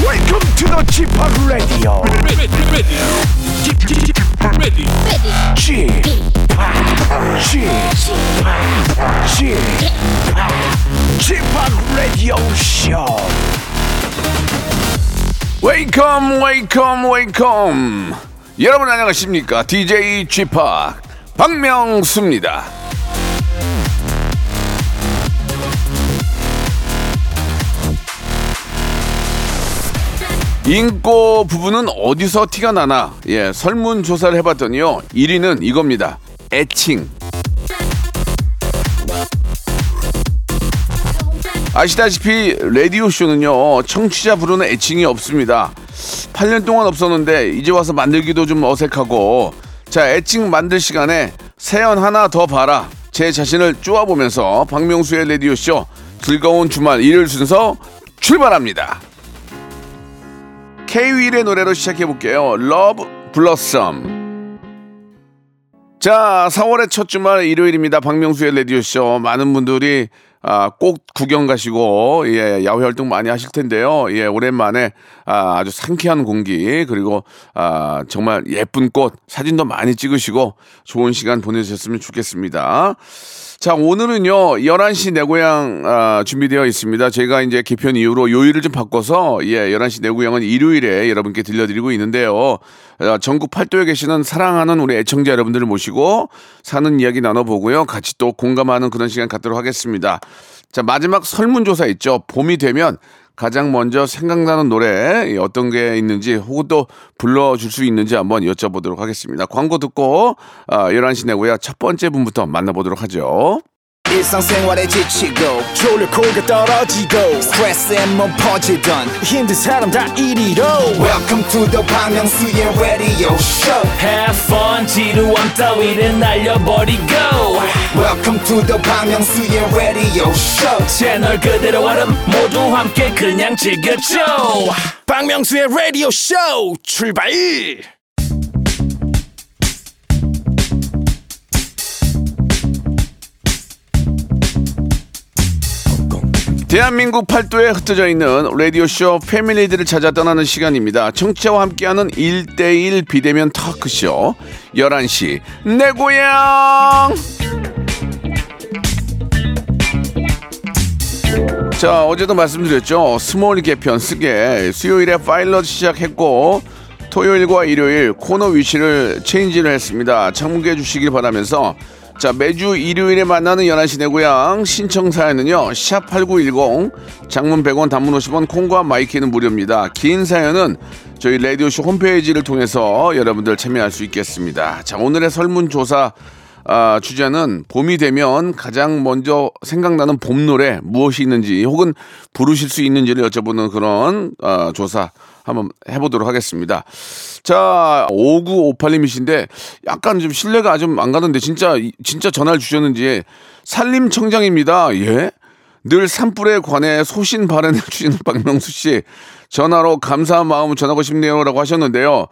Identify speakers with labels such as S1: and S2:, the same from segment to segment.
S1: Welcome to the g p o p Radio.
S2: ready, ready, Keep- keep- keep ready,
S1: g p o p g p o p g p o p Radio Show. Welcome, welcome, welcome. 여러분 안녕하십니까? DJ g p o p 박명수입니다. 인꼬 부부는 어디서 티가 나나? 예, 설문조사를 해봤더니요. 1위는 이겁니다. 애칭. 아시다시피 라디오쇼는요. 청취자 부르는 애칭이 없습니다. 8년 동안 없었는데 이제 와서 만들기도 좀 어색하고 자 애칭 만들 시간에 세연 하나 더 봐라 제 자신을 쪼아보면서 박명수의 라디오쇼 즐거운 주말 일요일 순서 출발합니다. K-윌의 노래로 시작해볼게요. Love Blossom. 자, 4월의 첫 주말 일요일입니다. 박명수의 라디오쇼. 많은 분들이 아, 꼭 구경 가시고, 예, 야외 활동 많이 하실 텐데요. 예, 오랜만에 아, 아주 상쾌한 공기, 그리고 아, 정말 예쁜 꽃, 사진도 많이 찍으시고, 좋은 시간 보내주셨으면 좋겠습니다. 자, 오늘은요, 11시 내 고향, 아, 준비되어 있습니다. 제가 이제 개편 이후로 요일을 좀 바꿔서, 예, 11시 내 고향은 일요일에 여러분께 들려드리고 있는데요. 아, 전국 팔도에 계시는 사랑하는 우리 애청자 여러분들을 모시고, 사는 이야기 나눠보고요. 같이 또 공감하는 그런 시간 갖도록 하겠습니다. 자, 마지막 설문조사 있죠. 봄이 되면 가장 먼저 생각나는 노래 예, 어떤 게 있는지 혹은 또 불러줄 수 있는지 한번 여쭤보도록 하겠습니다. 광고 듣고 아, 11시 내고야 첫 번째 분부터 만나보도록 하죠.
S3: 일상생활에 지치고, 졸려 코가 떨어지고, 스트레스에 몸 퍼지던, 힘든 사람 다 이리로. welcome to the Bang Myung-soo's radio show
S4: Have fun 지루함 따위를 날려버리고
S3: welcome to the Bang Myung-soo's radio show
S4: 채널 그대로 얼음 모두 함께 그냥 즐겨줘
S2: 박명수의 라디오 쇼 출발!
S1: 대한민국 팔도에 흩어져 있는 라디오쇼 패밀리들을 찾아 떠나는 시간입니다. 청취자와 함께하는 1대1 비대면 터크쇼 11시 내 고향 자 어제도 말씀드렸죠. 스몰 개편 쓰게 수요일에 파일럿 시작했고 토요일과 일요일 코너 위치를 체인지를 했습니다. 참고해 주시길 바라면서 자 매주 일요일에 만나는 11시 내 고향 신청 사연은요. 샵8910 장문 100원 단문 50원 콩과 마이키는 무료입니다. 긴 사연은 저희 라디오쇼 홈페이지를 통해서 여러분들 참여할 수 있겠습니다. 자 오늘의 설문조사 아, 주제는 봄이 되면 가장 먼저 생각나는 봄 노래 무엇이 있는지 혹은 부르실 수 있는지를 여쭤보는 그런 아, 조사 한번 해보도록 하겠습니다. 자, 5958님이신데 약간 좀 신뢰가 좀 안 가는데 진짜 이- 진짜 전화를 주셨는지 산림 청장입니다. 예? 늘 산불에 관해 소신 발언해 주시는 박명수 씨 전화로 감사한 마음을 전하고 싶네요라고 하셨는데요.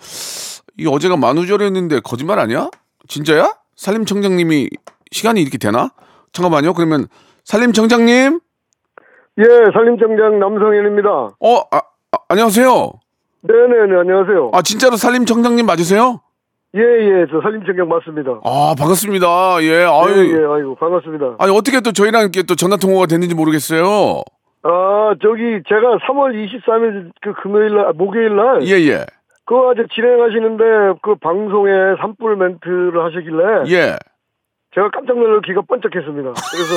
S1: 이 어제가 만우절이었는데 거짓말 아니야? 진짜야? 산림청장님이 시간이 이렇게 되나? 잠깐만요. 그러면 산림청장님,
S5: 예, 산림청장 남성현입니다.
S1: 어, 아, 아, 안녕하세요.
S5: 네네네, 안녕하세요.
S1: 아 진짜로 산림청장님 맞으세요?
S5: 예, 예, 저 산림청장 맞습니다.
S1: 아 반갑습니다. 예,
S5: 예, 예,
S1: 아유,
S5: 아이고, 반갑습니다.
S1: 아니 어떻게 또 저희랑 이렇게 또 전화 통화가 됐는지 모르겠어요.
S5: 아, 저기, 제가 3월 23일 그 금요일 날, 아, 목요일 날,
S1: 예, 예,
S5: 그거 아직 진행하시는데, 그 방송에 산불 멘트를 하시길래,
S1: 예.
S5: 제가 깜짝 놀라 귀가 번쩍했습니다. 그래서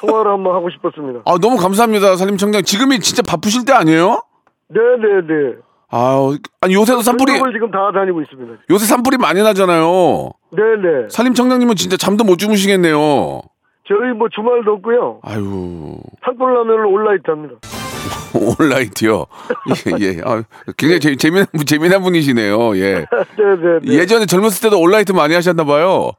S5: 통화를 한번 하고 싶었습니다.
S1: 아 너무 감사합니다, 산림청장. 지금이 진짜 바쁘실 때 아니에요?
S5: 네네네.
S1: 아유, 아니 요새도 산불이
S5: 산불을 지금 다 다니고 있습니다.
S1: 요새 산불이 많이 나잖아요.
S5: 네네.
S1: 산림청장님은 진짜 잠도 못 주무시겠네요.
S5: 저희 뭐 주말도 없고요.
S1: 아유.
S5: 산불 나면 온라이트 합니다.
S1: 온라이트요. 예, 예. 아, 굉장히 재, 재미난, 분- 재미난 분이시네요. 예.
S5: 네네네.
S1: 예전에 젊었을 때도 온라이트 많이 하셨나봐요.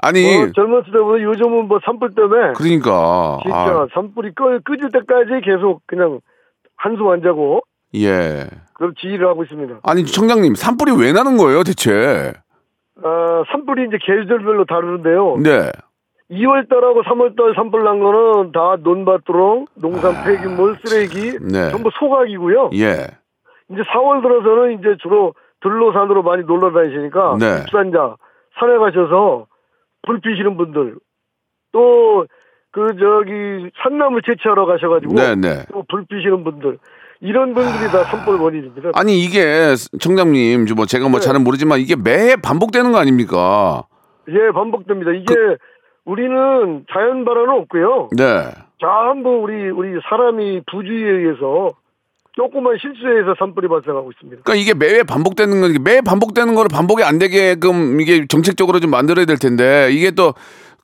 S1: 아니,
S5: 어, 젊었을 때보다 요즘은 뭐 산불 때문에
S1: 예. 그러니까.
S5: 진짜
S1: 아,
S5: 산불이 꺼, 질 때까지 계속 그냥 한숨 안 자고
S1: 예.
S5: 그런 지휘를 하고 있습니다.
S1: 아니, 청장님, 산불이 왜 나는 거예요, 대체?
S5: 아, 산불이 이제 계절별로 다르는데요.
S1: 네.
S5: 2월달하고 3월달 산불 난 거는 다 논밭두렁, 농산 폐기물, 쓰레기,
S1: 아, 네.
S5: 전부 소각이고요.
S1: 예.
S5: 이제 4월 들어서는 이제 주로 들로산으로 많이 놀러 다니시니까
S1: 네.
S5: 입산자 산에 가셔서 불 피시는 분들 또 그 저기 산나물 채취하러 가셔가지고
S1: 네, 네.
S5: 또 불 피시는 분들 이런 분들이 다 산불 원인입니다.
S1: 아니 이게 청장님 뭐 제가 뭐
S5: 네.
S1: 잘은 모르지만 이게 매해 반복되는 거 아닙니까?
S5: 예, 반복됩니다. 이게
S1: 그
S5: 우리는 자연 발화는 없고요.
S1: 네.
S5: 전부 우리 우리 사람이 부주의에 의해서 조그만 실수에 의해서 산불이 발생하고 있습니다.
S1: 그러니까 이게 매해 반복되는 건 이게 매해 반복되는 거를 반복이 안 되게끔 이게 정책적으로 좀 만들어야 될 텐데 이게 또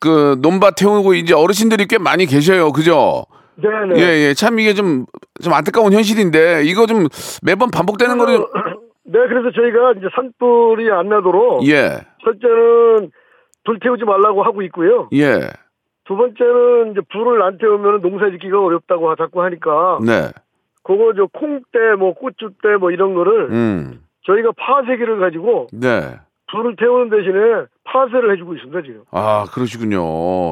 S1: 그 논밭 태우고 이제 어르신들이 꽤 많이 계셔요. 그죠?
S5: 네네.
S1: 예, 예. 참 이게 좀 좀 안타까운 현실인데 이거 좀 매번 반복되는 거를 좀
S5: 네, 그래서 저희가 이제 산불이 안 나도록
S1: 예.
S5: 첫째는 불 태우지 말라고 하고 있고요.
S1: 예.
S5: 두 번째는 이제 불을 안 태우면 농사 짓기가 어렵다고 하- 자꾸 하니까
S1: 네.
S5: 그거 저 콩대 뭐 고추대 뭐 이런 거를
S1: 음.
S5: 저희가 파쇄기를 가지고
S1: 네.
S5: 불을 태우는 대신에 파쇄를 해주고 있습니다 지금.
S1: 아, 그러시군요.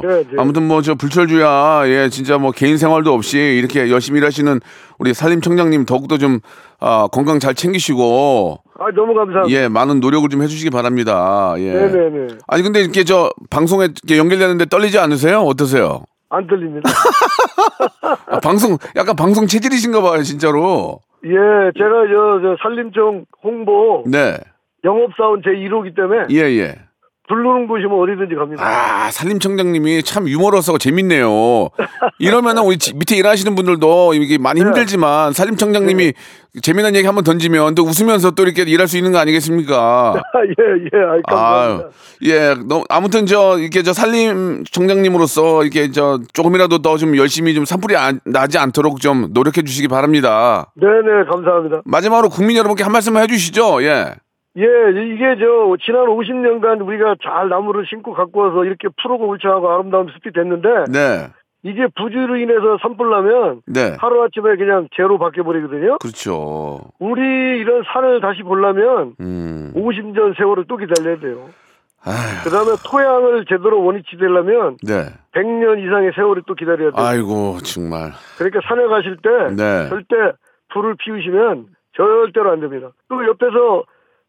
S5: 네, 네.
S1: 아무튼 뭐 저 불철주야, 예, 진짜 뭐 개인 생활도 없이 이렇게 열심히 일하시는 우리 산림 청장님 더욱더 좀 아, 건강 잘 챙기시고
S5: 아 너무 감사합니다.
S1: 예, 많은 노력을 좀 해주시기 바랍니다. 예.
S5: 네네네.
S1: 아니 근데 이렇게 저 방송에 이렇게 연결되는데 떨리지 않으세요? 어떠세요?
S5: 안 들립니다.
S1: 아, 방송 약간 방송 체질이신가 봐요, 진짜로.
S5: 예, 제가 저, 저 산림청 홍보
S1: 네.
S5: 영업사원 제 1호기 때문에
S1: 예, 예.
S5: 부르는 곳이면 어디든지 갑니다.
S1: 아, 산림청장님이 참 유머러스하고 재밌네요. 이러면은 우리 지- 밑에 일하시는 분들도 이게
S5: 네.
S1: 많이 힘들지만 산림청장님이 재미난 얘기 한번 던지면 또 웃으면서 또 이렇게 일할 수 있는 거 아니겠습니까?
S5: 예, 예, 아이, 감사합니다.
S1: 아, 예, 너, 아무튼 저 이렇게 저 산림청장님으로서 이렇게 저 조금이라도 더 좀 열심히 좀 산불이 안- 나지 않도록 좀 노력해 주시기 바랍니다.
S5: 네네, 감사합니다.
S1: 마지막으로 국민 여러분께 한 말씀 해주시죠. 예,
S5: 예, 이게 저, 지난 50년간 우리가 잘 나무를 심고 갖고 와서 이렇게 푸르고 울창하고 아름다운 숲이 됐는데,
S1: 네,
S5: 이게 부주의로 인해서 산불 나면
S1: 네,
S5: 하루아침에 그냥 제로 바뀌어버리거든요.
S1: 그렇죠.
S5: 우리 이런 산을 다시 보려면
S1: 음,
S5: 50년 세월을 또 기다려야 돼요.
S1: 아휴,
S5: 그 다음에 토양을 제대로 원위치 되려면
S1: 네.
S5: 100년 이상의 세월을 또 기다려야 돼요.
S1: 아이고 정말.
S5: 그러니까 산에 가실 때
S1: 네.
S5: 절대 불을 피우시면 절대로 안 됩니다. 또 옆에서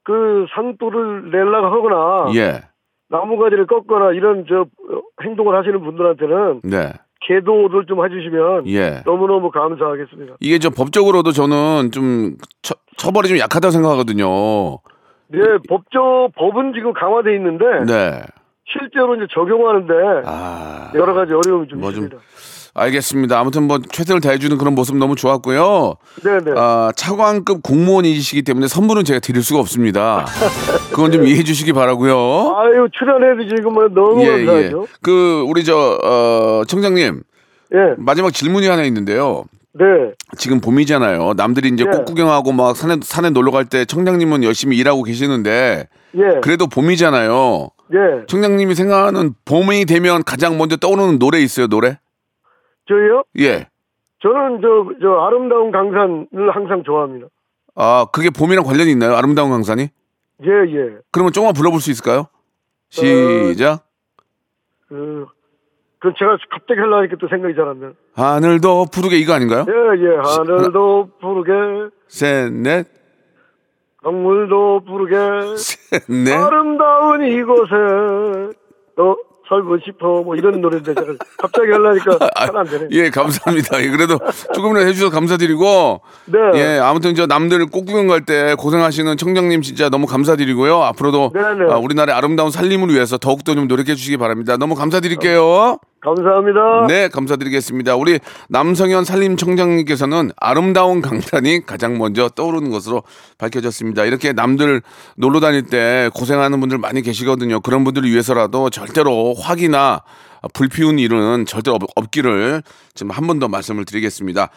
S5: 그 산불을 내려고 하거나
S1: 예.
S5: 나무가지를 꺾거나 이런 저 어, 행동을 하시는 분들한테는
S1: 네.
S5: 계도를 좀 해주시면
S1: 예.
S5: 너무너무 감사하겠습니다.
S1: 이게 저 법적으로도 저는 좀 처, 처벌이 좀 약하다고 생각하거든요.
S5: 네, 법적 법은 지금 강화돼 있는데
S1: 네.
S5: 실제로 이제 적용하는데
S1: 아.
S5: 여러 가지 어려움이 좀
S1: 뭐 좀-
S5: 있습니다.
S1: 알겠습니다. 아무튼 뭐 최선을 다해 주는 그런 모습 너무 좋았고요.
S5: 네네.
S1: 아, 차관급 공무원이시기 때문에 선물은 제가 드릴 수가 없습니다. 그건 좀 이해해 주시기 바라고요. 예,
S5: 아유 출연해도 지금 뭐 너무 감사하죠.
S1: 그 우리 저 어, 청장님
S5: 예,
S1: 마지막 질문이 하나 있는데요.
S5: 네,
S1: 지금 봄이잖아요. 남들이 이제
S5: 예.
S1: 꽃 구경하고 막 산에 산에 놀러 갈 때 청장님은 열심히 일하고 계시는데
S5: 예,
S1: 그래도 봄이잖아요.
S5: 예.
S1: 청장님이 생각하는 봄이 되면 가장 먼저 떠오르는 노래 있어요, 노래?
S5: 저요?
S1: 예.
S5: 저는 저, 저 아름다운 강산을 항상 좋아합니다.
S1: 아, 그게 봄이랑 관련이 있나요? 아름다운 강산이?
S5: 예, 예.
S1: 그러면 조금만 불러볼 수 있을까요?
S5: 어,
S1: 시작.
S5: 그, 그 제가 갑자기 하려니까 또 생각이 잘 안 나요.
S1: 하늘도 푸르게 이거 아닌가요?
S5: 예, 예.
S1: 네.
S5: 하늘도 푸르게,
S1: 셋, 넷,
S5: 강물도 푸르게,
S1: 셋, 넷.
S5: 아름다운 이곳에 너 살고 싶어. 뭐 이런 노래인데 제가 갑자기 하려니까
S1: 아,
S5: 잘 안 되네.
S1: 예, 감사합니다. 예, 그래도 조금이라도 해주셔서 감사드리고.
S5: 네.
S1: 예, 아무튼 저 남들 꽃구경 갈 때 고생하시는 청장님 진짜 너무 감사드리고요. 앞으로도
S5: 네네.
S1: 아, 우리나라의 아름다운 살림을 위해서 더욱더 좀 노력해 주시기 바랍니다. 너무 감사드릴게요.
S5: 어. 감사합니다.
S1: 네, 감사드리겠습니다. 우리 남성현 산림청장님께서는 아름다운 강산이 가장 먼저 떠오르는 것으로 밝혀졌습니다. 이렇게 남들 놀러 다닐 때 고생하는 분들 많이 계시거든요. 그런 분들을 위해서라도 절대로 화기나 불 피운 일은 절대 없, 없기를 지금 한 번 더 말씀을 드리겠습니다.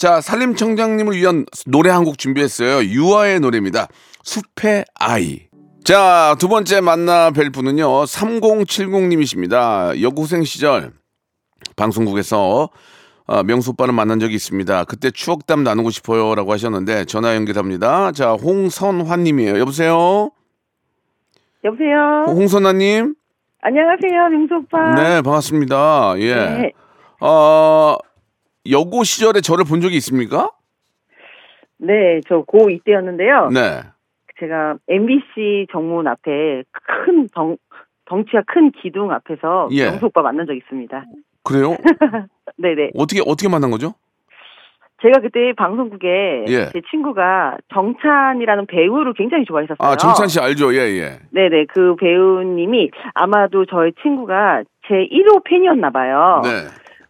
S1: 자, 산림청장님을 위한 노래 한 곡 준비했어요. 유아의 노래입니다. 숲의 아이. 자, 두 번째 만나 뵐 분은요. 3070님이십니다. 여고생 시절 방송국에서 아, 명수 오빠를 만난 적이 있습니다. 그때 추억담 나누고 싶어요라고 하셨는데 전화 연결합니다. 자, 홍선화님이에요. 여보세요.
S6: 여보세요?
S1: 어, 홍선화님.
S6: 안녕하세요, 명수 오빠.
S1: 네, 반갑습니다. 예.
S6: 네.
S1: 어, 여고 시절에 저를 본 적이 있습니까?
S6: 네, 저 고2 때였는데요.
S1: 네.
S6: 제가 MBC 정문 앞에 큰 덩, 덩치가 큰 기둥 앞에서
S1: 예.
S6: 명수 오빠 만난 적 있습니다.
S1: 그래요?
S6: 네네.
S1: 어떻게, 어떻게 만난 거죠?
S6: 제가 그때 방송국에
S1: 예.
S6: 제 친구가 정찬이라는 배우를 굉장히 좋아했었어요.
S1: 아, 정찬 씨 알죠? 예, 예.
S6: 네네. 그 배우님이 아마도 저희 친구가 제 1호 팬이었나 봐요.
S1: 네.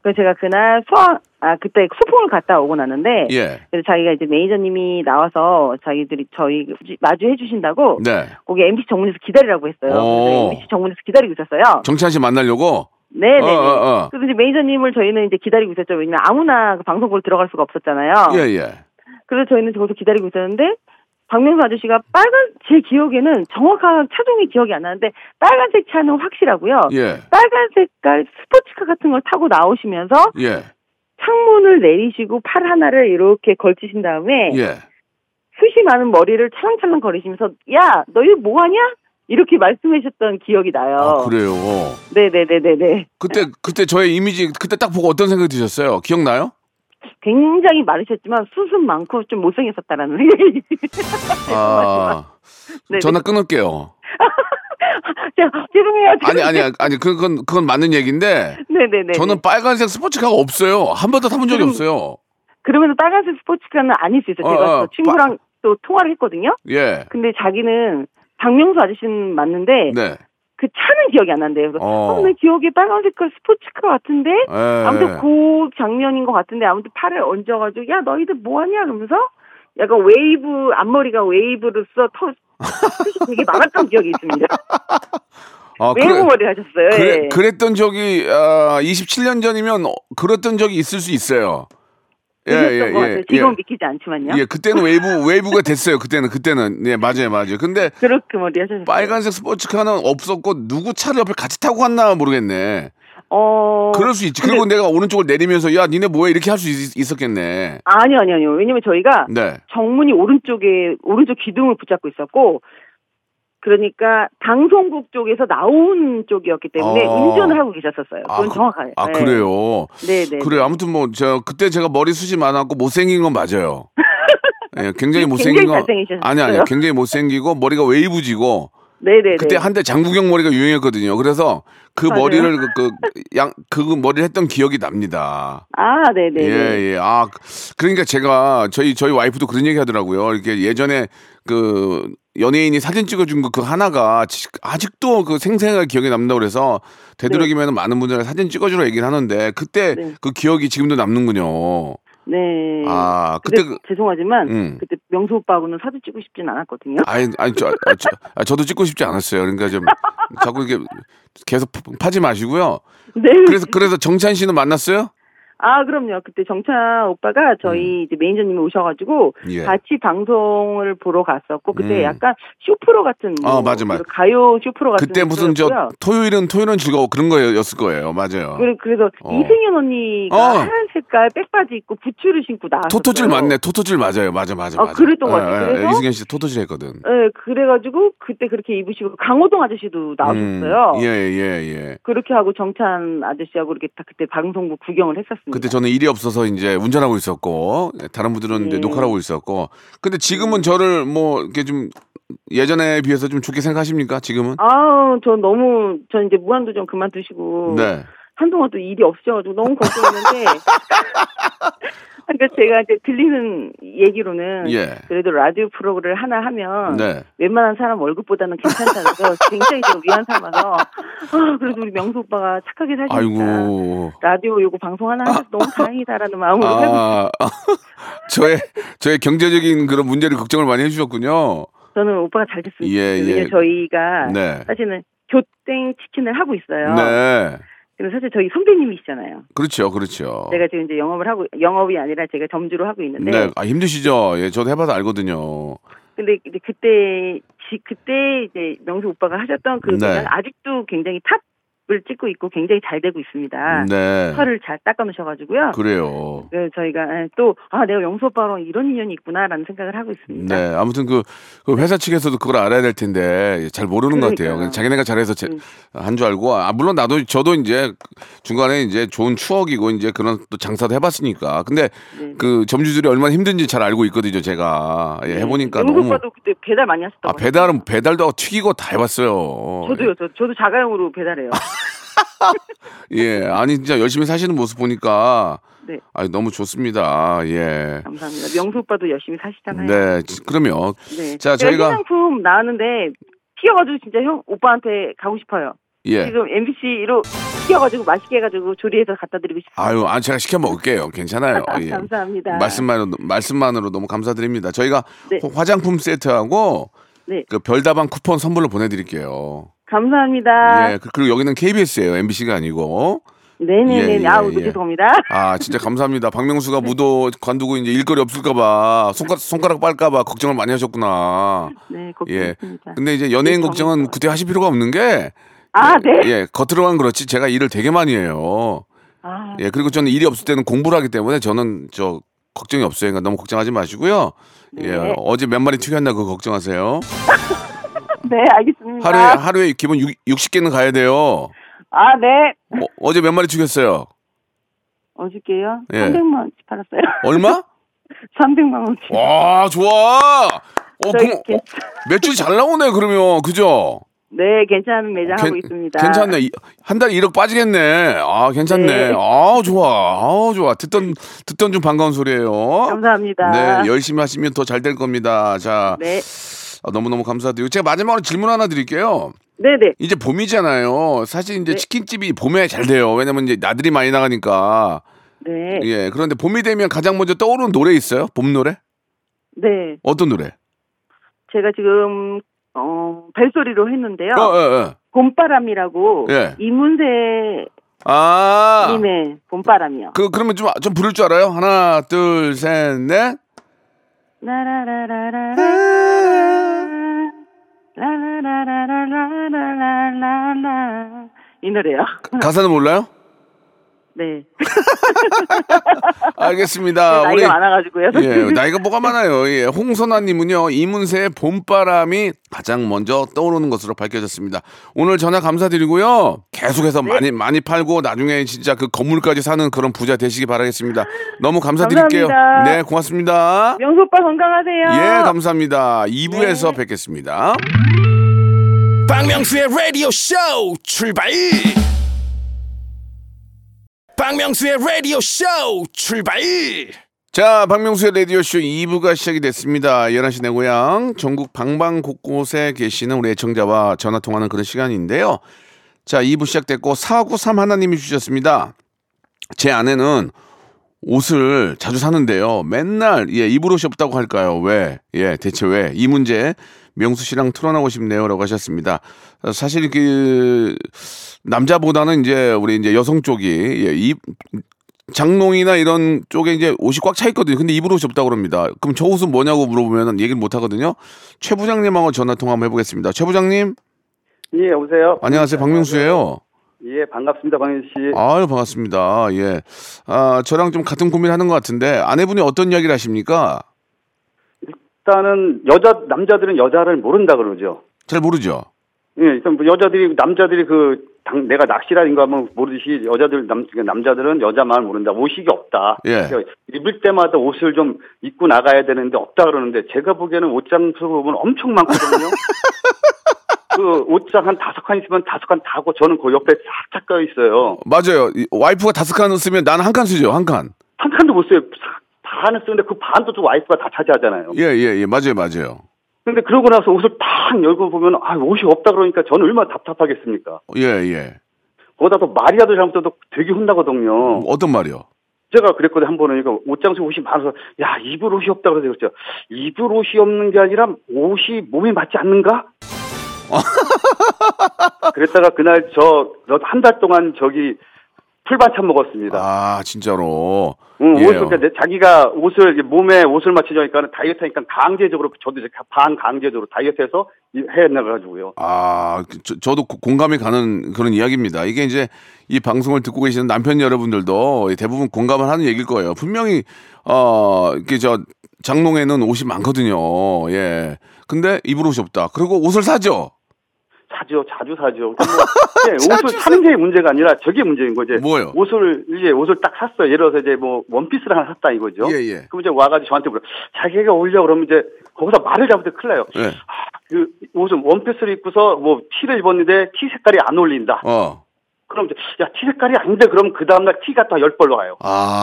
S6: 그래서 제가 그날 수학, 아, 그때 소풍을 갔다 오고 나는데
S1: 예.
S6: 그래서 자기가 이제 매니저님이 나와서 자기들이 저희 마주해 주신다고
S1: 네.
S6: 거기 MBC 정문에서 기다리라고 했어요.
S1: 오.
S6: 그래서 MBC 정문에서 기다리고 있었어요.
S1: 정찬 씨 만나려고?
S6: 네네.
S1: 어, 어, 어.
S6: 그래서 이제 매니저님을 저희는 이제 기다리고 있었죠. 왜냐면 아무나 그 방송국을 들어갈 수가 없었잖아요.
S1: 예, 예.
S6: 그래서 저희는 거기서 기다리고 있었는데 박명수 아저씨가 빨간 제 기억에는 정확한 차종이 기억이 안 나는데 빨간색 차는 확실하고요.
S1: 예.
S6: 빨간 색깔 스포츠카 같은 걸 타고 나오시면서
S1: 예.
S6: 네. 창문을 내리시고 팔 하나를 이렇게 걸치신 다음에
S1: 예.
S6: 숱이 많은 머리를 찰랑찰랑 거리시면서 야 너희 뭐하냐 이렇게 말씀하셨던 기억이 나요.
S1: 아, 그래요.
S6: 네네네네네.
S1: 그때, 그때 저의 이미지, 그때 딱 보고 어떤 생각이 드셨어요? 기억나요?
S6: 굉장히 마르셨지만 수습 많고 좀 못생겼었다라는 생각이.
S1: 아,
S6: 네, 네네.
S1: 전화 끊을게요.
S6: 제가 죄송해요.
S1: 아니, 아니, 아니, 그건, 그건 맞는 얘기인데.
S6: 네네네.
S1: 저는 빨간색 스포츠카가 없어요. 한 번도 타본 적이
S6: 그럼-
S1: 없어요.
S6: 그러면서 빨간색 스포츠카는 아닐 수 있어요. 제가
S1: 어, 어,
S6: 또 친구랑 또 통화를 했거든요.
S1: 예.
S6: 근데 자기는 박명수 아저씨는 맞는데
S1: 네.
S6: 그 차는 기억이 안 난대요. 그래서
S1: 어.
S6: 어, 내 기억에 빨간 색깔 스포츠카 같은데 아무튼
S1: 예.
S6: 그 장면인 것 같은데 아무튼 팔을 얹어가지고 야 너희들 뭐하냐 그러면서 약간 웨이브 앞머리가 웨이브로서 터 되게 많았던 기억이 있습니다.
S1: 아,
S6: 웨이브 머리 하셨어요.
S1: 그래,
S6: 예.
S1: 그랬던 적이 아, 27년 전이면 어, 그랬던 적이 있을 수 있어요. 예,
S6: 그랬던 것 같아요. 지금 은
S1: 예.
S6: 믿기지 않지만요.
S1: 예, 그때는 웨이브 웨이브가 됐어요. 그때는 그때는 예, 맞아요, 맞아요. 근데
S6: 그렇게 머리 하셨어요.
S1: 빨간색 스포츠카는 없었고 누구 차를 옆에 같이 타고 갔나 모르겠네.
S6: 어
S1: 그럴 수 있지. 그리고 내가 오른쪽을 내리면서 야, 니네 뭐해 이렇게 할 수 있었겠네.
S6: 아니요 아니요 아니요. 왜냐면 저희가
S1: 네.
S6: 정문이 오른쪽에 오른쪽 기둥을 붙잡고 있었고 그러니까 방송국 쪽에서 나온 쪽이었기 때문에
S1: 어.
S6: 운전을 하고 계셨었어요.
S1: 아,
S6: 그건
S1: 그-
S6: 정확해요.
S1: 아,
S6: 네.
S1: 그래요.
S6: 네네.
S1: 그래 아무튼 뭐 저 그때 제가 머리숱이 많았고 못생긴 건 맞아요. 예, 굉장히 못생긴
S6: 굉장히
S1: 건
S6: 잘생기셨어요.
S1: 아니 아니 굉장히 못생기고 머리가 웨이브지고
S6: 네네네.
S1: 그때 한때 장구경 머리가 유행했거든요. 그래서 그
S6: 맞아요.
S1: 머리를 그양그 머리를 했던 기억이 납니다.
S6: 아, 네네.
S1: 예, 예. 아, 그러니까 제가 저희 저희 와이프도 그런 얘기 하더라고요. 이렇게 예전에 그 연예인이 사진 찍어준 거 그 하나가 지- 아직도 그 생생하게 기억에 남는다고 그래서 되도록이면 많은 분들 사진 찍어주라 얘기를 하는데 그때
S6: 네.
S1: 그 기억이 지금도 남는군요.
S6: 네.
S1: 아,
S6: 근데
S1: 그때 그,
S6: 죄송하지만
S1: 음.
S6: 그때 명수 오빠하고는 사진 찍고 싶진 않았거든요.
S1: 아니, 아니, 저, 아, 저, 아, 저도 찍고 싶지 않았어요. 그러니까 좀 자꾸 이렇게 계속 파- 파지 마시고요.
S6: 네.
S1: 그래서, 그래서 정찬 씨는 만났어요?
S6: 아, 그럼요. 그때 정찬 오빠가 저희 이제 매니저님이 오셔가지고
S1: 음. 예.
S6: 같이 방송을 보러 갔었고 그때
S1: 음.
S6: 약간 쇼프로 같은 뭐
S1: 어, 맞아, 맞아.
S6: 가요 쇼프로 같은
S1: 그때 무슨 저
S6: 거였고요.
S1: 토요일은 토요일은 즐거워 그런 거였을 거예요. 맞아요.
S6: 그리고 그래서
S1: 어.
S6: 이승현 언니가
S1: 어.
S6: 하얀 색깔 백바지 입고 부츠를 신고 나왔어요.
S1: 토토질 맞네. 토토질 맞아요. 맞아 맞아
S6: 아,
S1: 맞아.
S6: 그랬던 것 같아요.
S1: 예, 예,
S6: 그래서?
S1: 이승현 씨 토토질 했거든.
S6: 예, 그래가지고 그때 그렇게 입으시고 강호동 아저씨도 나오셨어요.
S1: 예예 예,
S6: 그렇게 하고 정찬 아저씨하고 이렇게 다 그때 방송국 구경을 했었습니다.
S1: 그때 저는 일이 없어서 이제 운전하고 있었고 예, 다른 분들은 이제
S6: 네.
S1: 녹화하고 를 있었고. 근데
S6: 음.
S1: 지금은 저를 뭐 이렇게 좀 예전에 비해서 좀 좋게 생각하십니까? 지금은?
S6: 아우, 저 너무, 전 이제 무한도 좀 그만두시고.
S1: 네.
S6: 한동안 또 일이 없으셔가지고 너무 걱정했는데. 그러니까 제가 이제 들리는 얘기로는.
S1: 예.
S6: 그래도 라디오 프로그램을 하나 하면.
S1: 네.
S6: 웬만한 사람 월급보다는 괜찮다는 거 굉장히 좀 위안 삼아서. 아, 그래도 우리 명수 오빠가 착하게 살니까
S1: 아이고.
S6: 라디오 요거 방송 하나 하셔서 너무 다행이다라는 마음으로 살고
S1: 아, 저의 저의 경제적인 그런 문제를 걱정을 많이 해주셨군요.
S6: 저는 오빠가 잘 됐으면
S1: 예,
S6: 좋겠어요.
S1: 예.
S6: 왜냐면 저희가
S1: 네.
S6: 사실은 교땡 치킨을 하고 있어요.
S1: 네.
S6: 근데 사실 저희 선배님이시잖아요.
S1: 그렇죠, 그렇죠.
S6: 제가 지금 이제 영업을 하고 영업이 아니라 제가 점주로 하고 있는데
S1: 네. 아, 힘드시죠? 예, 저도 해봐서 알거든요.
S6: 근데, 근데 그때 지, 그때 이제 명수 오빠가 하셨던 그
S1: 네.
S6: 공연 아직도 굉장히 탑 을 찍고 있고 굉장히 잘 되고 있습니다.
S1: 네.
S6: 아, 털을 잘 닦아 놓으셔가지고요.
S1: 그래요.
S6: 네, 저희가 예, 또, 아, 내가 영수 오빠랑 이런 인연이 있구나라는 생각을 하고 있습니다.
S1: 네. 아무튼 그, 그 회사 측에서도 그걸 알아야 될 텐데 예, 잘 모르는 것 같아요.
S6: 그러니까요.
S1: 그냥 자기네가 잘해서
S6: 음.
S1: 한 줄 알고 아 물론 나도 저도 이제 중간에 이제 좋은 추억이고 이제 그런 또 장사도 해봤으니까 근데
S6: 네.
S1: 그 점주들이 얼마나 힘든지 잘 알고 있거든요. 제가 예, 해보니까
S6: 네. 영수
S1: 너무
S6: 오빠도 그렇죠. 그때 배달 많이 하셨다고.
S1: 아 배달은 배달도 하고 튀기고 다 해봤어요.
S6: 저도요, 저, 저도 자가용으로 배달해요.
S1: 예, 아니 진짜 열심히 사시는 모습 보니까
S6: 네.
S1: 아니 너무 좋습니다. 예.
S6: 감사합니다. 명수 오빠도 열심히 사시잖아요.
S1: 네, 지- 그러면
S6: 네.
S1: 자
S6: 제가
S1: 저희가
S6: 신상품 나왔는데 튀어가지고 진짜 형 오빠한테 가고 싶어요.
S1: 예.
S6: 지금 MBC로 튀어가지고 맛있게 해가지고 조리해서 갖다 드리고 싶어요.
S1: 아유, 아 제가 시켜 먹을게요. 괜찮아요. 예.
S6: 감사합니다.
S1: 말씀만으로 말씀만으로 너무 감사드립니다. 저희가
S6: 네.
S1: 호- 화장품 세트하고
S6: 네.
S1: 그 별다방 쿠폰 선물로 보내드릴게요.
S6: 감사합니다.
S1: 예, 그- 그리고 여기는 KBS예요. MBC가 아니고.
S6: 네네네.
S1: 예, 예,
S6: 아우
S1: 예.
S6: 너무 죄송합니다.
S1: 아, 진짜 감사합니다.
S6: 네.
S1: 박명수가 무도 관두고 이제 일거리 없을까봐 손가락 손가락 빨까봐 걱정을 많이 하셨구나.
S6: 네,
S1: 예.
S6: 고맙습니다.
S1: 근데 이제 연예인
S6: 네,
S1: 걱정은
S6: 정말.
S1: 그때 하실 필요가 없는 게
S6: 아, 네.
S1: 예, 겉으로만 그렇지 제가 일을 되게 많이 해요.
S6: 아,
S1: 예, 그리고 저는 일이 없을 때는 공부를 하기 때문에 저는 저 걱정이 없어요. 그러니까 너무 걱정하지 마시고요. 예,
S6: 네.
S1: 어제 몇 마리 튀겼나 그거 걱정하세요.
S6: 네, 알겠습니다.
S1: 예. 하루에 하루에 기본 6, 60개는 가야 돼요.
S6: 아, 네.
S1: 어, 제몇 마리 튀겼어요?
S6: 어저께요.
S1: 예.
S6: 300만 원치 팔았어요.
S1: 얼마?
S6: 300만 원치.
S1: 와, 좋아. 어,
S6: 저희
S1: 그럼,
S6: 괜-
S1: 매출 잘 나오네 그러면 그죠?
S6: 네, 괜찮은 매장 하고
S1: 괜-
S6: 있습니다.
S1: 괜찮네. 이- 한 달에 1억 빠지겠네. 아, 괜찮네.
S6: 네.
S1: 아, 좋아. 아, 좋아. 듣던 듣던 좀 반가운 소리예요.
S6: 감사합니다.
S1: 네, 열심히 하시면 더 잘 될 겁니다. 자,
S6: 네.
S1: 아, 너무너무 감사드리고 제가 마지막으로 질문 하나 드릴게요.
S6: 네네.
S1: 이제 봄이잖아요. 사실 이제
S6: 네.
S1: 치킨집이 봄에 잘 돼요. 왜냐면 이제 나들이 많이 나가니까.
S6: 네.
S1: 예. 그런데 봄이 되면 가장 먼저 떠오르는 노래 있어요? 봄 노래?
S6: 네.
S1: 어떤 노래?
S6: 제가 지금 어, 벨소리로 했는데요.
S1: 어, 예,
S6: 봄바람이라고
S1: 예.
S6: 이문세
S1: 예. 아.
S6: 님의 봄바람이요.
S1: 그 그러면 좀 좀 부를 줄 알아요? 하나, 둘, 셋, 넷.
S6: 라라라라라라 라라라라라라라라라 이 노래요.
S1: 가사는 몰라요?
S6: 네.
S1: 알겠습니다.
S6: 나이가 많아가지고요.
S1: 예, 나이가 뭐가 많아요. 예, 홍선아님은요 이문세의 봄바람이 가장 먼저 떠오르는 것으로 밝혀졌습니다. 오늘 전화 감사드리고요. 계속해서
S6: 네.
S1: 많이 많이 팔고 나중에 진짜 그 건물까지 사는 그런 부자 되시기 바라겠습니다. 너무 감사드릴게요.
S6: 감사합니다.
S1: 네, 고맙습니다.
S6: 명수 오빠 건강하세요.
S1: 예, 감사합니다. 2부에서
S6: 네.
S1: 뵙겠습니다.
S3: 박명수의 라디오 쇼 출발 박명수의 라디오 쇼 출발
S1: 자, 박명수의 라디오쇼 2부가 시작이 됐습니다. 11시 내 고향, 전국 방방 곳곳에 계시는 우리 애청자와 전화통화하는 그런 시간인데요. 자, 2부 시작됐고, 493 하나님이 주셨습니다. 제 아내는 옷을 자주 사는데요. 맨날, 예, 입을 옷이 없다고 할까요? 왜? 예, 대체 왜? 이 문제, 명수 씨랑 토론하고 싶네요. 라고 하셨습니다. 어, 사실 그, 남자보다는 이제 우리 이제 여성 쪽이, 예, 입, 장롱이나 이런 쪽에 이제 옷이 꽉 차 있거든요. 근데 입을 옷이 없다고 그럽니다. 그럼 저 옷은 뭐냐고 물어보면 얘기를 못 하거든요. 최 부장님하고 전화 통화 한번 해보겠습니다. 최 부장님,
S5: 예, 여보세요.
S1: 안녕하세요. 박명수예요.
S5: 예, 반갑습니다, 방현 씨.
S1: 아유 반갑습니다. 예, 아 저랑 좀 같은 고민을 하는 것 같은데 아내분이 어떤 이야기를 하십니까?
S5: 일단은 여자 남자들은 여자를 모른다 그러죠.
S1: 잘 모르죠.
S5: 예, 일단 뭐 여자들이 남자들이 그 당, 내가 낚시라는 거 하면 모르듯이 여자들 남 그러니까 남자들은 여자만 모른다. 옷이 없다.
S1: 예.
S5: 그러니까 입을 때마다 옷을 좀 입고 나가야 되는데 없다 그러는데 제가 보기에는 옷장 수급은 엄청 많거든요. 그 옷장 한 다섯 칸 있으면 다섯 칸 다고 저는 그 옆에 싹 닦여 있어요.
S1: 맞아요. 이 와이프가 다섯 칸 쓰면 나는 한 칸 쓰죠. 한 칸.
S5: 한 칸도 못 써요. 싹- 다 하나 쓰는데 그 반도 또 와이프가 다 차지하잖아요.
S1: 예, 예, 예. 맞아요, 맞아요.
S5: 근데 그러고 나서 옷을 팍 열고 보면 아 옷이 없다 그러니까 저는 얼마나 답답하겠습니까.
S1: 예, 예.
S5: 거기다 또 말이라도 잘못해도 되게 혼나거든요.
S1: 어떤 말이요?
S5: 제가 그랬거든 한 번은
S7: 그러니까
S5: 이거 옷장수 옷이 많아서 야 입을 옷이 없다 그래서 그랬죠. 입을 옷이 없는 게 아니라 옷이 몸에 맞지 않는가? 그랬다가 그날 저 한 달 동안 저기
S7: 풀반찬 먹었습니다.
S1: 아, 진짜로.
S7: 응,
S1: 예.
S7: 옷, 그러니까 내- 자기가 옷을, 이게 몸에 옷을 맞추려니까 다이어트 하니까 강제적으로, 저도 이제 반강제적으로 다이어트해서 이- 해나가가지고요.
S1: 아, 그, 저, 저도 고- 공감이 가는 그런 이야기입니다. 이게 이제 이 방송을 듣고 계시는 남편 여러분들도 대부분 공감을 하는 얘기일 거예요. 분명히, 어, 이게 저, 장롱에는 옷이 많거든요. 예. 근데 입을 옷이 없다. 그리고 옷을 사죠?
S7: 사죠, 자주 사죠. 그러니까 뭐, 예, 옷을 사는 게 문제가 아니라 저게 문제인 거지.
S1: 뭐요?
S7: 옷을, 이제 옷을 딱 샀어요. 예를 들어서 이제 뭐, 원피스를 하나 샀다 이거죠.
S1: 예, 예.
S7: 그럼 이제 와가지고 저한테 물어. 자기가 어울려 그러면 이제 거기서 말을 잡을 때 큰일 나요.
S1: 예.
S7: 그 옷은 원피스를 입고서 뭐, 티를 입었는데 티 색깔이 안 어울린다.
S1: 어.
S7: 그럼 이제, 야, 티 색깔이 아닌데 그럼 그 다음날 티가 더 열 벌로 가요.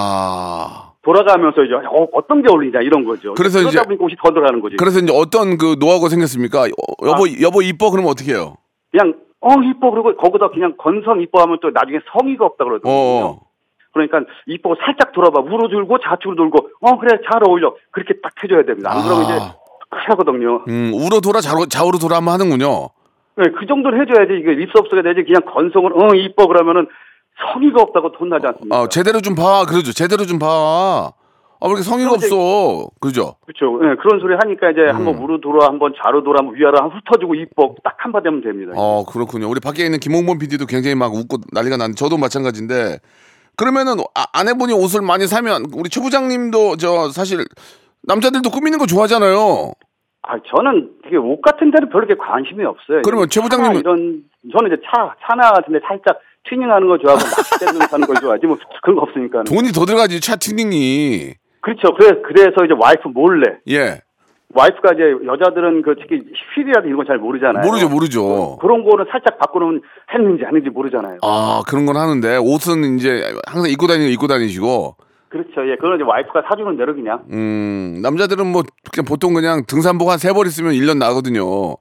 S1: 아.
S7: 돌아가면서 이제 어, 어떤 게 어울리냐 이런 거죠.
S1: 그래서
S7: 그러다
S1: 이제-
S7: 보니까 옷이 더 들어가는 거지.
S1: 그래서 이제 어떤 그 노하우가 생겼습니까? 어, 여보,
S7: 아.
S1: 여보 이뻐? 그러면 어떻게 해요?
S7: 그냥 어 이뻐 그러고 거기다 그냥 건성 이뻐하면 또 나중에 성의가 없다
S1: 어,
S7: 그러더라고요.
S1: 어.
S7: 그러니까 이뻐 살짝 돌아봐 우러들고 좌측으로 돌고 어 그래 잘 어울려 그렇게 딱 해줘야 됩니다. 안 그러면
S1: 아.
S7: 이제 큰일 나거든요.
S1: 음, 우로 돌아, 좌로, 좌우로 돌아 한번 하는군요.
S7: 네, 그 정도는 해줘야지 이거 입수업소가 되지 그냥 건성을 어 이뻐 그러면은 성의가 없다고 돈 나지 않습니까?
S1: 아, 제대로 좀 봐. 그러죠. 제대로 좀 봐. 아, 왜 이렇게 성의가 없어. 그죠?
S7: 그렇죠. 네, 그런 소리 하니까 이제
S1: 음.
S7: 한번 우로 돌아 한번 좌로 돌아 한번 위아래 한번 훑어주고 이뻐 딱 한 바 되면 됩니다.
S1: 어, 그렇군요. 우리 밖에 있는 김홍범 PD도 굉장히 막 웃고 난리가 난 저도 마찬가지인데 그러면은 아, 아내분이 옷을 많이 사면 우리 최 부장님도 저 사실 남자들도 꾸미는 거 좋아하잖아요.
S7: 아, 저는 되게 옷 같은 데는 별로 그렇게 관심이 없어요.
S1: 그러면 최
S7: 차나
S1: 부장님은-
S7: 이런 저는 이제 차 차나 같은데 살짝 튜닝하는 거 좋아하고 막대는 사는 걸 좋아하지 뭐 그런 거 없으니까. 는
S1: 돈이 더 들어가지 차튜닝이
S7: 그렇죠. 그래 그래서 이제 와이프 몰래
S1: 예
S7: 와이프가 이제 여자들은 그 특히 휠이라든 이런 건 잘 모르잖아요.
S1: 모르죠 모르죠.
S7: 그런 거는 살짝 바꾸는 했는지 아닌지 모르잖아요.
S1: 아 그런 건 하는데 옷은 이제 항상 입고 다니고 입고 다니시고
S7: 그렇죠. 예, 그건 이제 와이프가 사주는 대로 그냥.
S1: 음 남자들은 뭐 그냥 보통 그냥 등산복 한 세 벌 있으면 1년 나거든요.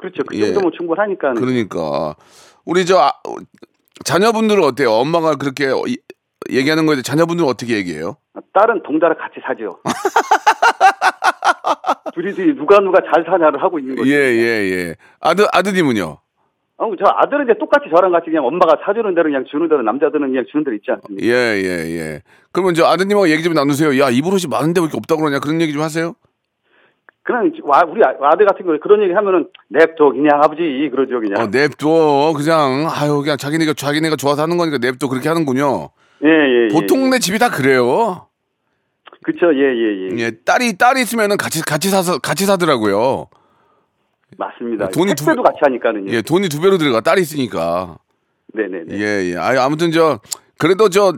S7: 그렇죠. 그
S1: 예.
S7: 정도면 충분하니까.
S1: 그러니까 우리 저 아, 자녀분들은 어때요? 엄마가 그렇게 이- 얘기하는 거에 대해 자녀분들은 어떻게 얘기해요?
S7: 딸은 동자랑 같이 사죠. 둘이 이제 누가 누가 잘 사냐를 하고 있는 거죠.
S1: 예, 예, 예. 아드 아드님은요?
S7: 어, 저 아들은 이제 똑같이 저랑 같이 그냥 엄마가 사주는 대로 그냥 주는 대로 남자들은 그냥 주는 대로 있지 않습니까?
S1: 예, 예, 예. 그러면 이제 아드님하고 얘기 좀 나누세요. 야, 입을 옷이 많은데 왜 이렇게 없다 그러냐? 그런 얘기 좀 하세요?
S7: 그냥 와, 우리 아- 아들 같은 거 그런 얘기 하면은 냅둬 그냥 아버지 그러죠 그냥.
S1: 어, 냅둬. 그냥 아유, 그냥 자기네가 자기네가 좋아서 하는 거니까 냅둬 그렇게 하는군요.
S7: 예, 예, 예.
S1: 보통 내 집이 다 그래요.
S7: 그쵸 예, 예, 예.
S1: 예, 딸이 딸이 있으면은 같이 같이 사서 같이 사더라고요.
S7: 맞습니다.
S1: 아, 돈이
S7: 돈이
S1: 두
S7: 택배도
S1: 배-
S7: 같이 하니까는요.
S1: 예, 돈이 두 배로 들어가. 딸이 있으니까.
S7: 네, 네, 네.
S1: 예, 예. 아, 아무튼 저 그래도 저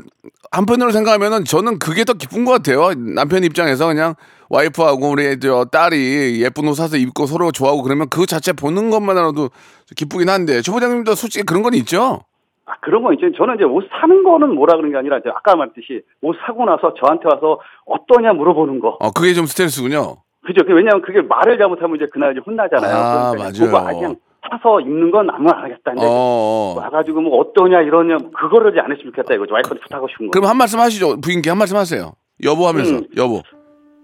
S1: 한편으로 생각하면은 저는 그게 더 기쁜 것 같아요. 남편 입장에서 그냥 와이프하고 우리 저 딸이 예쁜 옷 사서 입고 서로 좋아하고 그러면 그 자체 보는 것만으로도 기쁘긴 한데 최 부장님도 솔직히 그런 건 있죠.
S7: 아, 그런 거 있죠. 저는 이제 옷 사는 거는 뭐라 그런 게 아니라 이제 아까 말했듯이 옷 사고 나서 저한테 와서 어떠냐 물어보는 거.
S1: 어, 그게 좀 스트레스군요.
S7: 그죠? 그 왜냐하면 그게 말을 잘못하면 이제 그날 이제 혼나잖아요.
S1: 아,
S7: 그러니까 이제
S1: 맞아요.
S7: 그거 아, 그냥 사서 입는 건 아무 안 하겠다.
S1: 어,
S7: 이제
S1: 어.
S7: 와가지고 뭐 어떠냐 이러냐 뭐 그거를 이제 안 했으면 좋겠다 이거죠 와이프한테 부탁하고 싶은 거
S1: 그럼 한 말씀 하시죠. 부인께 한 말씀 하세요. 여보 하면서
S7: 음.
S1: 여보.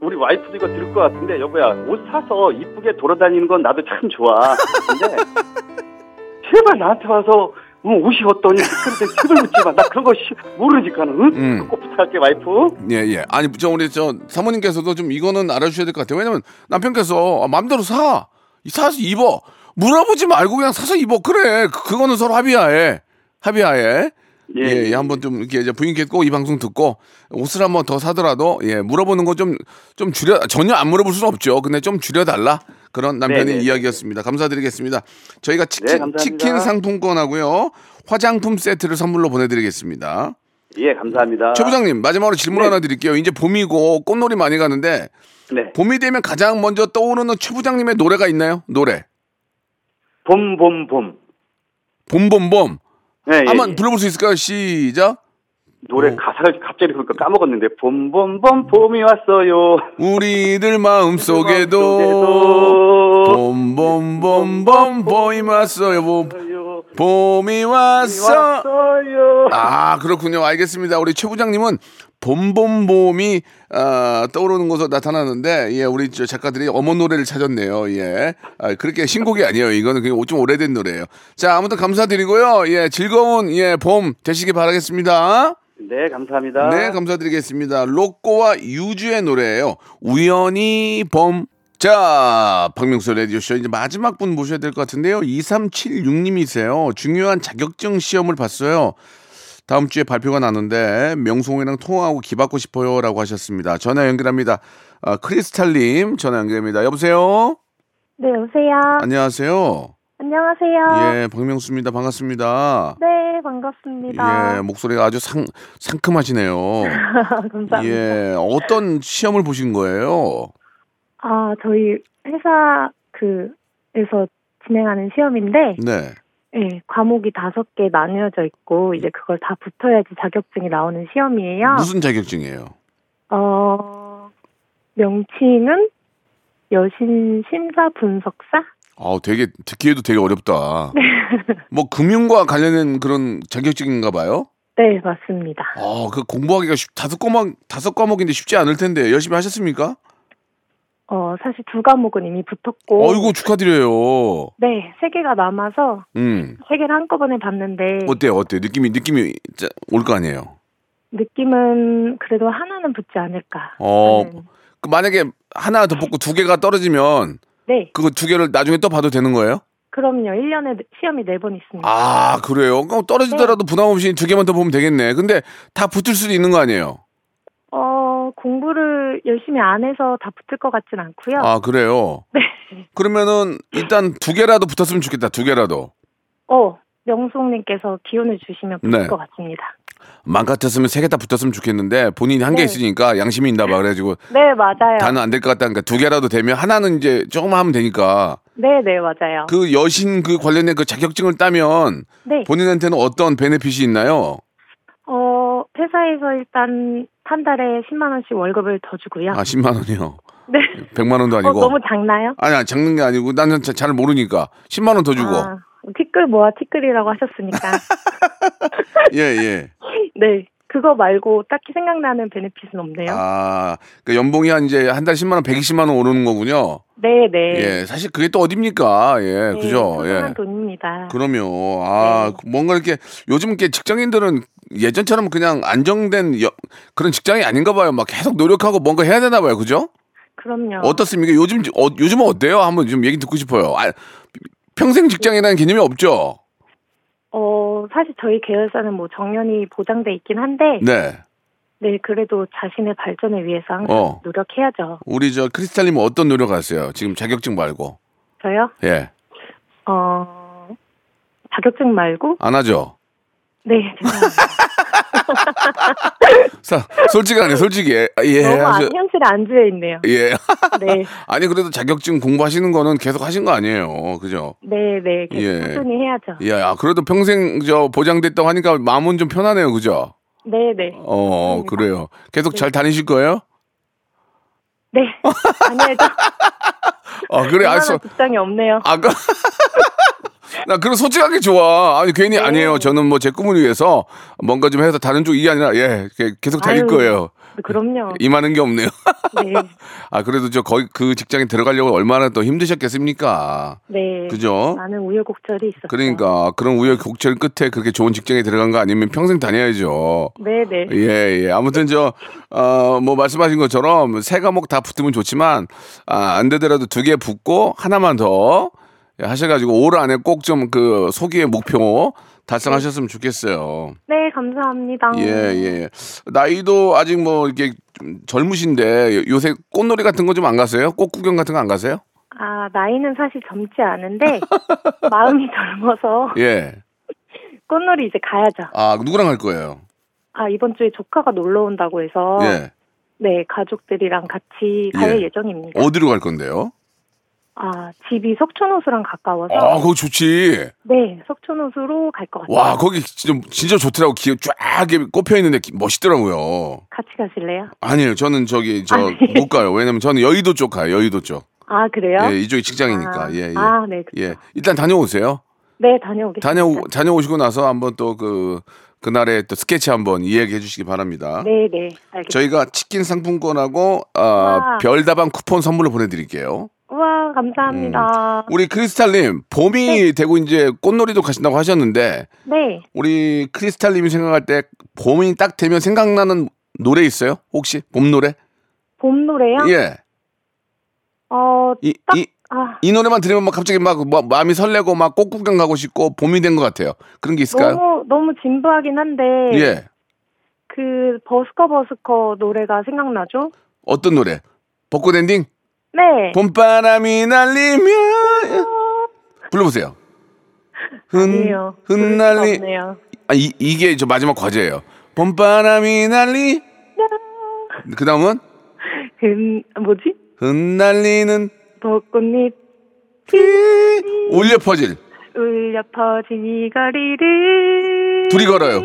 S7: 우리 와이프도 이거 들을 것 같은데 여보야 옷 사서 이쁘게 돌아다니는 건 나도 참 좋아 근데 제발 나한테 와서 뭐 옷이 어떠니 그런데 집을 묻지 마나 그런 거 시- 모르니까는 응?
S1: 음.
S7: 그거 꼭 부탁할게 와이프
S1: 예, 예. 아니, 저 우리 저 사모님께서도 좀 이거는 알아주셔야 될 것 같아요. 왜냐면 남편께서 아, 마음대로 사. 이 사서 입어. 물어보지 말고 그냥 사서 입어. 그래. 그- 그거는 서로 합의하에. 합의하에. 예,
S7: 예.
S1: 예, 한번 좀 이렇게 이제 부인께 꼭 이 방송 듣고 옷을 한번 더 사더라도 예, 물어보는 거 좀 좀 줄여 전혀 안 물어볼 수는 없죠. 근데 좀 줄여달라 그런 남편의
S7: 네, 네.
S1: 이야기였습니다. 감사드리겠습니다. 저희가 치킨
S7: 감사합니다.
S1: 치킨 상품권하고요 화장품 세트를 선물로 보내드리겠습니다.
S7: 예 감사합니다
S1: 최 부장님 마지막으로 질문
S7: 네.
S1: 하나 드릴게요. 이제 봄이고 꽃놀이 많이 가는데
S7: 네.
S1: 봄이 되면 가장 먼저 떠오르는 최 부장님의 노래가 있나요? 노래
S7: 봄 봄봄
S1: 봄봄봄
S7: 예, 예,
S1: 한번
S7: 예.
S1: 불러볼 수 있을까요? 시작.
S7: 노래 가사를 갑자기 그러니까 까먹었는데 봄봄봄 봄이 왔어요
S1: 우리들 마음 속에도
S7: 속에도
S1: 봄봄봄봄 봄이 왔어 여보.
S7: 왔어요.
S1: 봄이 왔어.
S5: 왔어요.
S1: 아 그렇군요. 알겠습니다. 우리 최 부장님은 봄봄봄이 아, 떠오르는 것으로 나타나는데 예 우리 저 작가들이 어머 노래를 찾았네요. 예 아, 그렇게 신곡이 아니에요. 이거는 그냥 좀 오래된 노래예요. 자 아무튼 감사드리고요. 예 즐거운 예 봄 되시기 바라겠습니다.
S7: 네, 감사합니다.
S1: 네, 감사드리겠습니다. 로꼬와 유주의 노래예요. 우연히 봄. 자, 박명수 라디오쇼 이제 마지막 분 모셔야 될 것 같은데요. 2376님이세요. 중요한 자격증 시험을 봤어요. 다음 주에 발표가 나는데 명송이랑 통화하고 기받고 싶어요라고 하셨습니다. 전화 연결합니다. 아, 크리스탈님 전화 연결입니다. 여보세요.
S8: 네, 여보세요.
S1: 안녕하세요.
S7: 아.
S8: 안녕하세요.
S1: 예, 박명수입니다. 반갑습니다.
S8: 네, 반갑습니다.
S1: 예, 목소리가 아주 상 상큼하시네요.
S8: 감사합니다.
S1: 예, 어떤 시험을 보신 거예요?
S8: 아, 저희 회사 그에서 진행하는 시험인데,
S1: 네.
S8: 예, 과목이 다섯 개 나뉘어져 있고 이제 그걸 다 붙어야지 자격증이 나오는 시험이에요.
S1: 무슨 자격증이에요?
S8: 어, 명칭은 여신 심사 분석사?
S1: 아, 되게 듣기에도 되게 어렵다. 뭐 금융과 관련된 그런 자격증인가 봐요.
S8: 네, 맞습니다.
S1: 아, 그 공부하기가 쉽, 다섯 과목 다섯 과목인데 쉽지 않을 텐데 열심히 하셨습니까?
S8: 어, 사실 두 과목은 이미 붙었고,
S1: 어이구 축하드려요.
S8: 네, 세 개가 남아서
S1: 음,
S8: 세 개를 한꺼번에 봤는데
S1: 어때 요 어때 요 느낌이 느낌이 올 거 아니에요.
S8: 느낌은 그래도 하나는 붙지 않을까.
S1: 어,
S8: 하는.
S1: 그 만약에 하나 더 뽑고 두 개가 떨어지면
S8: 네,
S1: 그거 두 개를 나중에 또 봐도 되는 거예요?
S8: 그럼요. 1년에 시험이 네 번 있습니다.
S1: 아, 그래요. 그럼
S8: 네.
S1: 떨어지더라도 부담 없이 두 개만 더 보면 되겠네. 근데 다 붙을 수도 있는 거 아니에요?
S8: 어, 공부를 열심히 안 해서 다 붙을 것 같진 않고요.
S1: 아 그래요.
S8: 네.
S1: 그러면은 일단 두 개라도 붙었으면 좋겠다. 두 개라도.
S8: 어, 명숙님께서 기운을 주시면 붙을
S1: 네.
S8: 것 같습니다.
S1: 만 같았으면 세 개 다 붙었으면 좋겠는데 본인이 한 개
S8: 네.
S1: 있으니까 양심이 있나 봐. 그래가지고
S8: 네, 맞아요.
S1: 다는 안 될 것 같다니까 두 개라도 되면 하나는 이제 조금만 하면 되니까
S8: 네, 네, 맞아요.
S1: 그 여신 그 관련된 그 자격증을 따면
S8: 네,
S1: 본인한테는 어떤 베네핏이 있나요?
S8: 어, 회사에서 일단 한 달에 10만 원씩 월급을 더 주고요.
S1: 아 10만 원이요.
S8: 네.
S1: 100만 원도
S8: 어,
S1: 아니고.
S8: 너무 작나요?
S1: 아니 아니 작는 게 아니고 나는 자- 잘 모르니까 10만 원 더 주고
S8: 아, 티끌 모아 티끌이라고 하셨으니까.
S1: 예 예.
S8: 네, 그거 말고 딱히 생각나는 베네핏은 없네요.
S1: 아, 그 연봉이 한 이제 한 달 10만 원, 120만 원 오르는 거군요.
S8: 네, 네.
S1: 예, 사실 그게 또 어딥니까? 예,
S8: 네,
S1: 그죠?
S8: 소중한
S1: 예.
S8: 돈입니다.
S1: 그럼요. 아, 뭔가 이렇게 요즘 이렇게 직장인들은 예전처럼 그냥 안정된 여- 그런 직장이 아닌가 봐요. 막 계속 노력하고 뭔가 해야 되나 봐요. 그죠?
S8: 그럼요.
S1: 어떻습니까? 요즘 어, 요즘은 어때요? 한번 좀 얘기 듣고 싶어요. 아, 평생 직장이라는 개념이 없죠.
S8: 어, 사실 저희 계열사는 뭐 정년이 보장돼 있긴 한데,
S1: 네.
S8: 네, 그래도 자신의 발전을 위해서 항상
S1: 어.
S8: 노력해야죠.
S1: 우리 저 크리스탈 님은 어떤 노력하세요? 지금 자격증 말고.
S8: 저요?
S1: 예.
S8: 어, 자격증 말고?
S1: 안 하죠.
S8: 네, 죄송합니다.
S1: 사, 솔직하네. 솔직히. 예. 예.
S8: 너무
S1: 하셔-
S8: 안, 현실에 안주해 있네요.
S1: 예.
S8: 네,
S1: 아니 그래도 자격증 공부하시는 거는 계속 하신 거 아니에요, 그죠?
S8: 네, 네. 계속
S1: 예.
S8: 꾸준히 해야죠.
S1: 예, 아, 그래도 평생 저 보장됐다고 하니까 마음은 좀 편하네요, 그죠?
S8: 네, 네.
S1: 어,
S8: 맞습니다.
S1: 그래요. 계속 잘 다니실 거예요?
S8: 네. 아니죠.
S1: 아, 그래,
S8: 네, 얼마나
S1: 알았어.
S8: 직장이 없네요.
S1: 아까 그 나 그런 솔직하게 좋아. 아니
S8: 네.
S1: 괜히 아니에요. 저는 뭐 제 꿈을 위해서 뭔가 좀 해서 다른 쪽이 아니라 예, 게- 계속 다닐
S8: 아유. 어.
S1: 거예요.
S8: 그럼요.
S1: 이만한 게 없네요.
S8: 네,
S1: 아, 그래도 저 거기 그 직장에 들어가려고 얼마나 또 힘드셨겠습니까?
S8: 네.
S1: 그죠?
S8: 많은 우여곡절이 있었어요.
S1: 그러니까 그런 우여곡절 끝에 그렇게 좋은 직장에 들어간 거 아니면 평생 다녀야죠.
S8: 네, 네.
S1: 예, 예. 아무튼 저, 어, 뭐 말씀하신 것처럼 세 과목 다 붙으면 좋지만, 아, 안 되더라도 두 개 붙고 하나만 더 하셔가지고 올 안에 꼭 좀 그 소기의 목표 달성하셨으면 좋겠어요.
S8: 네, 감사합니다.
S1: 예, 예. 나이도 아직 뭐 이렇게 좀 젊으신데 요새 꽃놀이 같은 거 좀 안 가세요? 꽃 구경 같은 거 안 가세요?
S8: 아, 나이는 사실 젊지 않은데, 마음이 젊어서,
S1: 예.
S8: 꽃놀이 이제 가야죠.
S1: 아, 누구랑 갈 거예요?
S8: 아, 이번 주에 조카가 놀러 온다고 해서,
S1: 예.
S8: 네, 가족들이랑 같이 갈
S1: 예.
S8: 예. 정입니다
S1: 어디로 갈 건데요?
S8: 아, 집이 석촌호수랑 가까워서,
S1: 아, 그거 좋지.
S8: 네, 석촌호수로 갈 것 같아요.
S1: 와, 그 거기 진짜, 진짜 좋더라고. 기어 쫙 꼽혀 있는데 멋있더라고요.
S8: 같이 가실래요?
S1: 아니에요. 저는 저기 저
S8: 아니.
S1: 못 가요. 왜냐면 저는 여의도 쪽 가요. 여의도 쪽.
S8: 아, 그래요?
S1: 예, 이쪽이 직장이니까.
S8: 아,
S1: 예, 예.
S8: 아, 네. 그쵸.
S1: 예. 일단 다녀오세요.
S8: 네, 다녀오겠습니다.
S1: 다녀오, 다녀오시고 나서 한번 또 그 그날의 또 스케치 한번 이야기해 주시기 바랍니다.
S8: 네, 네. 알겠습니다.
S1: 저희가 치킨 상품권하고 어,
S8: 와.
S1: 별다방 쿠폰 선물로 보내드릴게요.
S8: 우와, 감사합니다.
S1: 우리 크리스탈님 봄이 되고 이제 꽃놀이도 가신다고 하셨는데
S8: 네.
S1: 우리 크리스탈님이 생각할 때 봄이 딱 되면 생각나는 노래 있어요? 혹시 봄 노래?
S8: 봄 노래요?
S1: 예.
S8: 어,
S1: 이,
S8: 딱,
S1: 이,
S8: 아,
S1: 이 노래만 들으면 막 갑자기 막 마- 마음이 설레고 막 꽃구경 가고 싶고 봄이 된 것 같아요. 그런 게 있을까요?
S8: 너무, 너무 진부하긴 한데,
S1: 예.
S8: 그, 버스커 버스커 노래가 생각나죠?
S1: 어떤 노래? 벚꽃 엔딩?
S8: 네.
S1: 봄바람이 날리면 불러보세요. 흔,
S8: 아. 아니에요. 부를 수가
S1: 흩날리
S8: 없네요.
S1: 아, 이, 이게 저 마지막 과제예요. 봄바람이 날리
S8: 아.
S1: 그 다음은
S8: 음, 뭐지?
S1: 흩날리는
S8: 벚꽃잎
S1: 비 울려 퍼질
S8: 울려 퍼진 이 거리를
S1: 둘이 걸어요.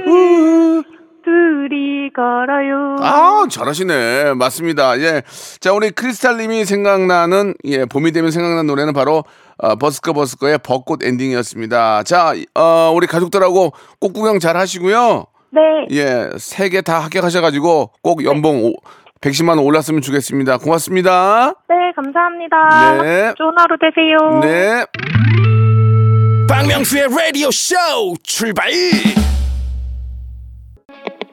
S8: 둘이 걸어요.
S1: 아 잘하시네 맞습니다 예자 우리 크리스탈님이 생각나는 예 봄이 되면 생각나는 노래는 바로 어, 버스커 버스커의 벚꽃 엔딩이었습니다 자어 우리 가족들하고 꽃 구경 잘 하시고요
S8: 네.
S1: 예세 개 다 합격하셔가지고 꼭 연봉 오, 110만 원 올랐으면 좋겠습니다 고맙습니다
S8: 네, 감사합니다.
S1: 네.
S8: 좋은 하루 되세요.
S1: 네
S2: 박명수의 라디오 쇼 출발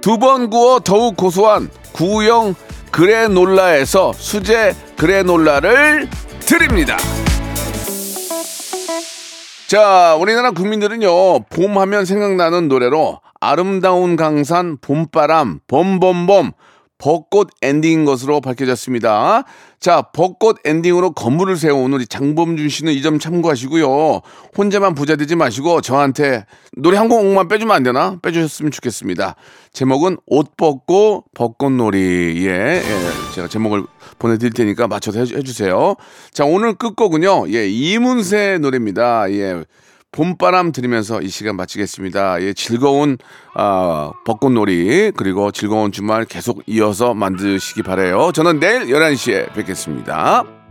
S1: 두 번 구워 더욱 고소한 구형 그래놀라에서 수제 그래놀라를 드립니다. 자, 우리나라 국민들은요, 봄 하면 생각나는 노래로 아름다운 강산, 봄바람, 봄봄봄, 벚꽃 엔딩인 것으로 밝혀졌습니다. 자, 벚꽃 엔딩으로 건물을 세운 우리 장범준 씨는 이 점 참고하시고요. 혼자만 부자 되지 마시고 저한테 노래 한 곡만 빼주면 안 되나? 빼주셨으면 좋겠습니다. 제목은 옷 벗고 벚꽃놀이. 예, 예. 제가 제목을 보내드릴 테니까 맞춰서 해주- 해주세요. 자, 오늘 끝곡은요. 예, 이문세 노래입니다. 예. 봄바람 들으면서 이 시간 마치겠습니다. 예, 즐거운 아, 벚꽃놀이 그리고 즐거운 주말 계속 이어서 만드시기 바래요. 저는 내일 11시에 뵙겠습니다.